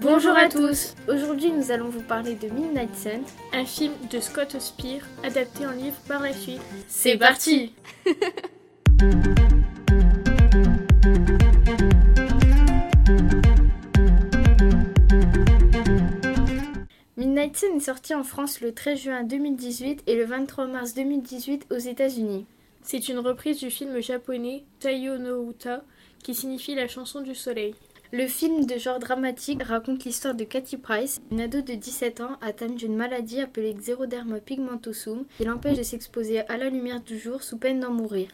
Bonjour à tous Aujourd'hui nous allons vous parler de Midnight Sun. un film de Scott Spear adapté en livre par la suite. C'est parti Midnight Sun est sorti en France le 13 juin 2018 et le 23 mars 2018 aux États-Unis. C'est une reprise du film japonais Taiyo no Uta qui signifie la chanson du soleil. Le film de genre dramatique raconte l'histoire de Cathy Price, une ado de 17 ans atteinte d'une maladie appelée xéroderma pigmentosum qui l'empêche de s'exposer à la lumière du jour sous peine d'en mourir.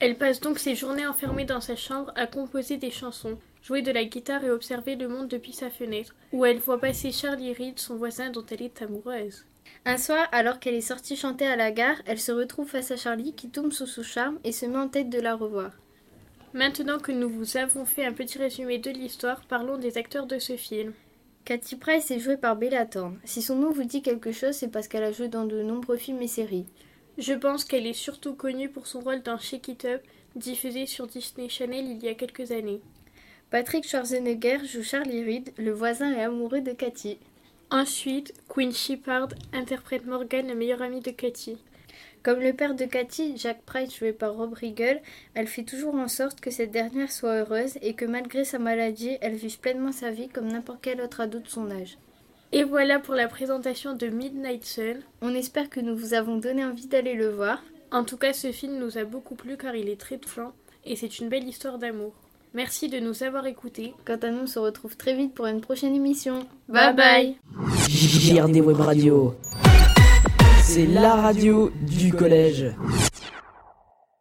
Elle passe donc ses journées enfermée dans sa chambre à composer des chansons, jouer de la guitare et observer le monde depuis sa fenêtre, où elle voit passer Charlie Reed, son voisin dont elle est amoureuse. Un soir, alors qu'elle est sortie chanter à la gare, elle se retrouve face à Charlie qui tombe sous son charme et se met en tête de la revoir. Maintenant que nous vous avons fait un petit résumé de l'histoire, parlons des acteurs de ce film. Cathy Price est jouée par Bella Thorne. Si son nom vous dit quelque chose, c'est parce qu'elle a joué dans de nombreux films et séries. Je pense qu'elle est surtout connue pour son rôle dans Shake It Up, diffusé sur Disney Channel il y a quelques années. Patrick Schwarzenegger joue Charlie Reed, le voisin et amoureux de Cathy. Ensuite, Queen Shepard interprète Morgan, la meilleure amie de Cathy. Comme le père de Cathy, Jack Price, joué par Rob Riggle, elle fait toujours en sorte que cette dernière soit heureuse et que malgré sa maladie, elle vive pleinement sa vie comme n'importe quel autre ado de son âge. Et voilà pour la présentation de Midnight Sun. On espère que nous vous avons donné envie d'aller le voir. En tout cas, ce film nous a beaucoup plu car il est très touchant et c'est une belle histoire d'amour. Merci de nous avoir écoutés. Quant à nous, on se retrouve très vite pour une prochaine émission. Bye bye. JRD Web Radio. C'est la radio du collège.